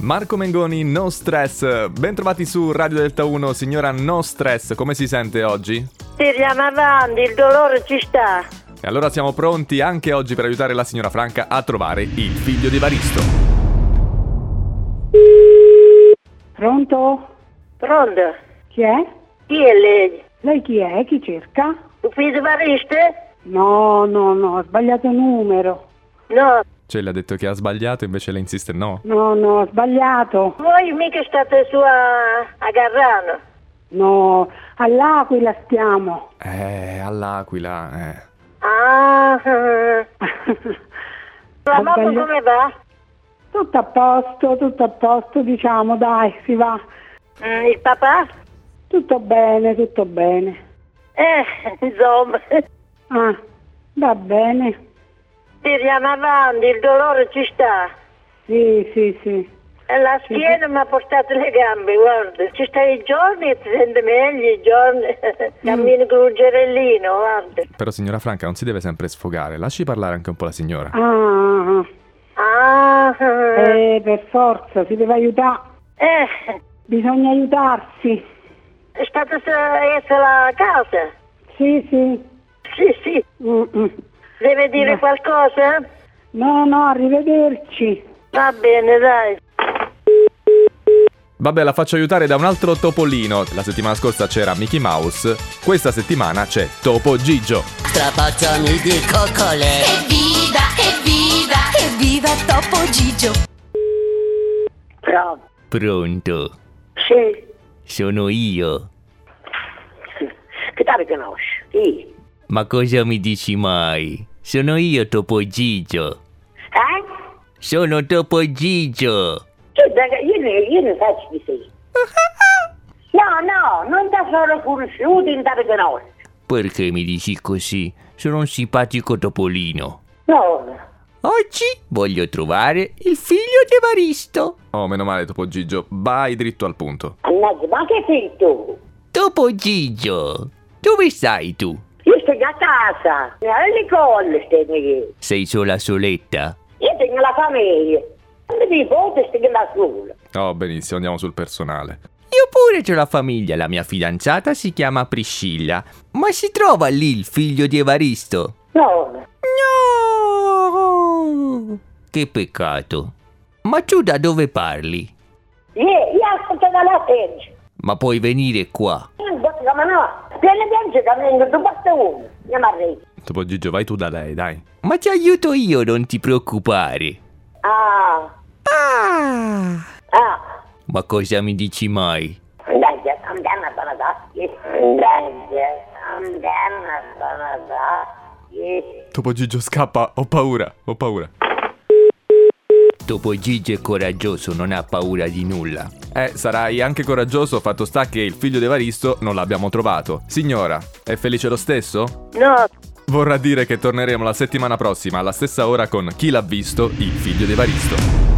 Marco Mengoni, No Stress, bentrovati su Radio Delta 1, signora No Stress, come si sente oggi? Tiriamo avanti, il dolore ci sta. E allora siamo pronti anche oggi per aiutare la signora Franca a trovare il figlio di Baristo. Pronto? Pronto? Chi è? Chi è lei? Lei chi è? Chi cerca? Tu figlio variste? No, no, no, ho sbagliato numero. No, Cioè, le ha detto che ha sbagliato, invece lei insiste no. No, no, ho sbagliato. voi mica state su a, a Garrano. No, all'Aquila stiamo. Eh, all'Aquila, eh. Ah, ah. la Ho mamma sbagliato. come va? Tutto a posto, tutto a posto, diciamo, dai, si va. Mm, il papà? Tutto bene, tutto bene. Eh, insomma, Ah, va bene. tiriamo avanti, il dolore ci sta. Sì, sì, sì. E La schiena mi ha portato le gambe, guarda. Ci stai i giorni e ti senti meglio i giorni. Cammini con un gerellino, guarda. Però signora Franca non si deve sempre sfogare, lasci parlare anche un po' la signora. Ah, Ah, ah. eh, per forza, si deve aiutare. eh, Bisogna aiutarsi. è stata essere a casa. Sì, sì. Sì, sì. Mm, mm. Deve dire No. qualcosa? No, no, arrivederci. Va bene, dai. Vabbè, la faccio aiutare da un altro topolino. La settimana scorsa c'era Mickey Mouse, questa settimana c'è Topo Gigio. Strapacciami di coccole Evviva, evviva, evviva Topo Gigio! Bravo. Pronto, Sì. sono io. Che te riconosci? Sì. Ma cosa mi dici mai? Sono io Topo Gigio. Eh? Sono Topo Gigio. Cioè, dai, io, ne- io ne faccio di sì. No, no, non ti sono conosciuto, non ti riconosci. Perché mi dici così? Sono un simpatico topolino. No, Oggi voglio trovare il figlio di Evaristo. Oh, meno male, Topo Gigio, vai dritto al punto. Annaggia, ma che sei tu? Topo Gigio, dove stai tu? Io sto a casa, alle colle sto io. Sei sola soletta? Io tengo la famiglia. Non mi nipote sto da sola. Oh, benissimo, andiamo sul personale. Io pure c'ho la famiglia, la mia fidanzata si chiama Priscilla. Ma si trova lì il figlio di Evaristo? No, No! Che peccato. Ma tu da dove parli? io, io ascolto dalla pioggia. Ma puoi venire qua. Io non posso come no. Per le piogge cammino tu basta uno. Io mi arrivo. Topo Gigio, vai tu da lei, dai. Ma ti aiuto io, non ti preoccupare. Ah, ah. Ma cosa mi dici mai? Annaggia, andiamo a Banadaschi. Annaggia, andiamo a Banadaschi. Topo Gigio scappa, ho paura, ho paura. Topo Gigio è coraggioso, non ha paura di nulla. Eh, sarai anche coraggioso, fatto sta che il figlio di Evaristo non l'abbiamo trovato. Signora, è felice lo stesso? No, Vorrà dire che torneremo la settimana prossima alla stessa ora con Chi l'ha visto, il figlio di Evaristo.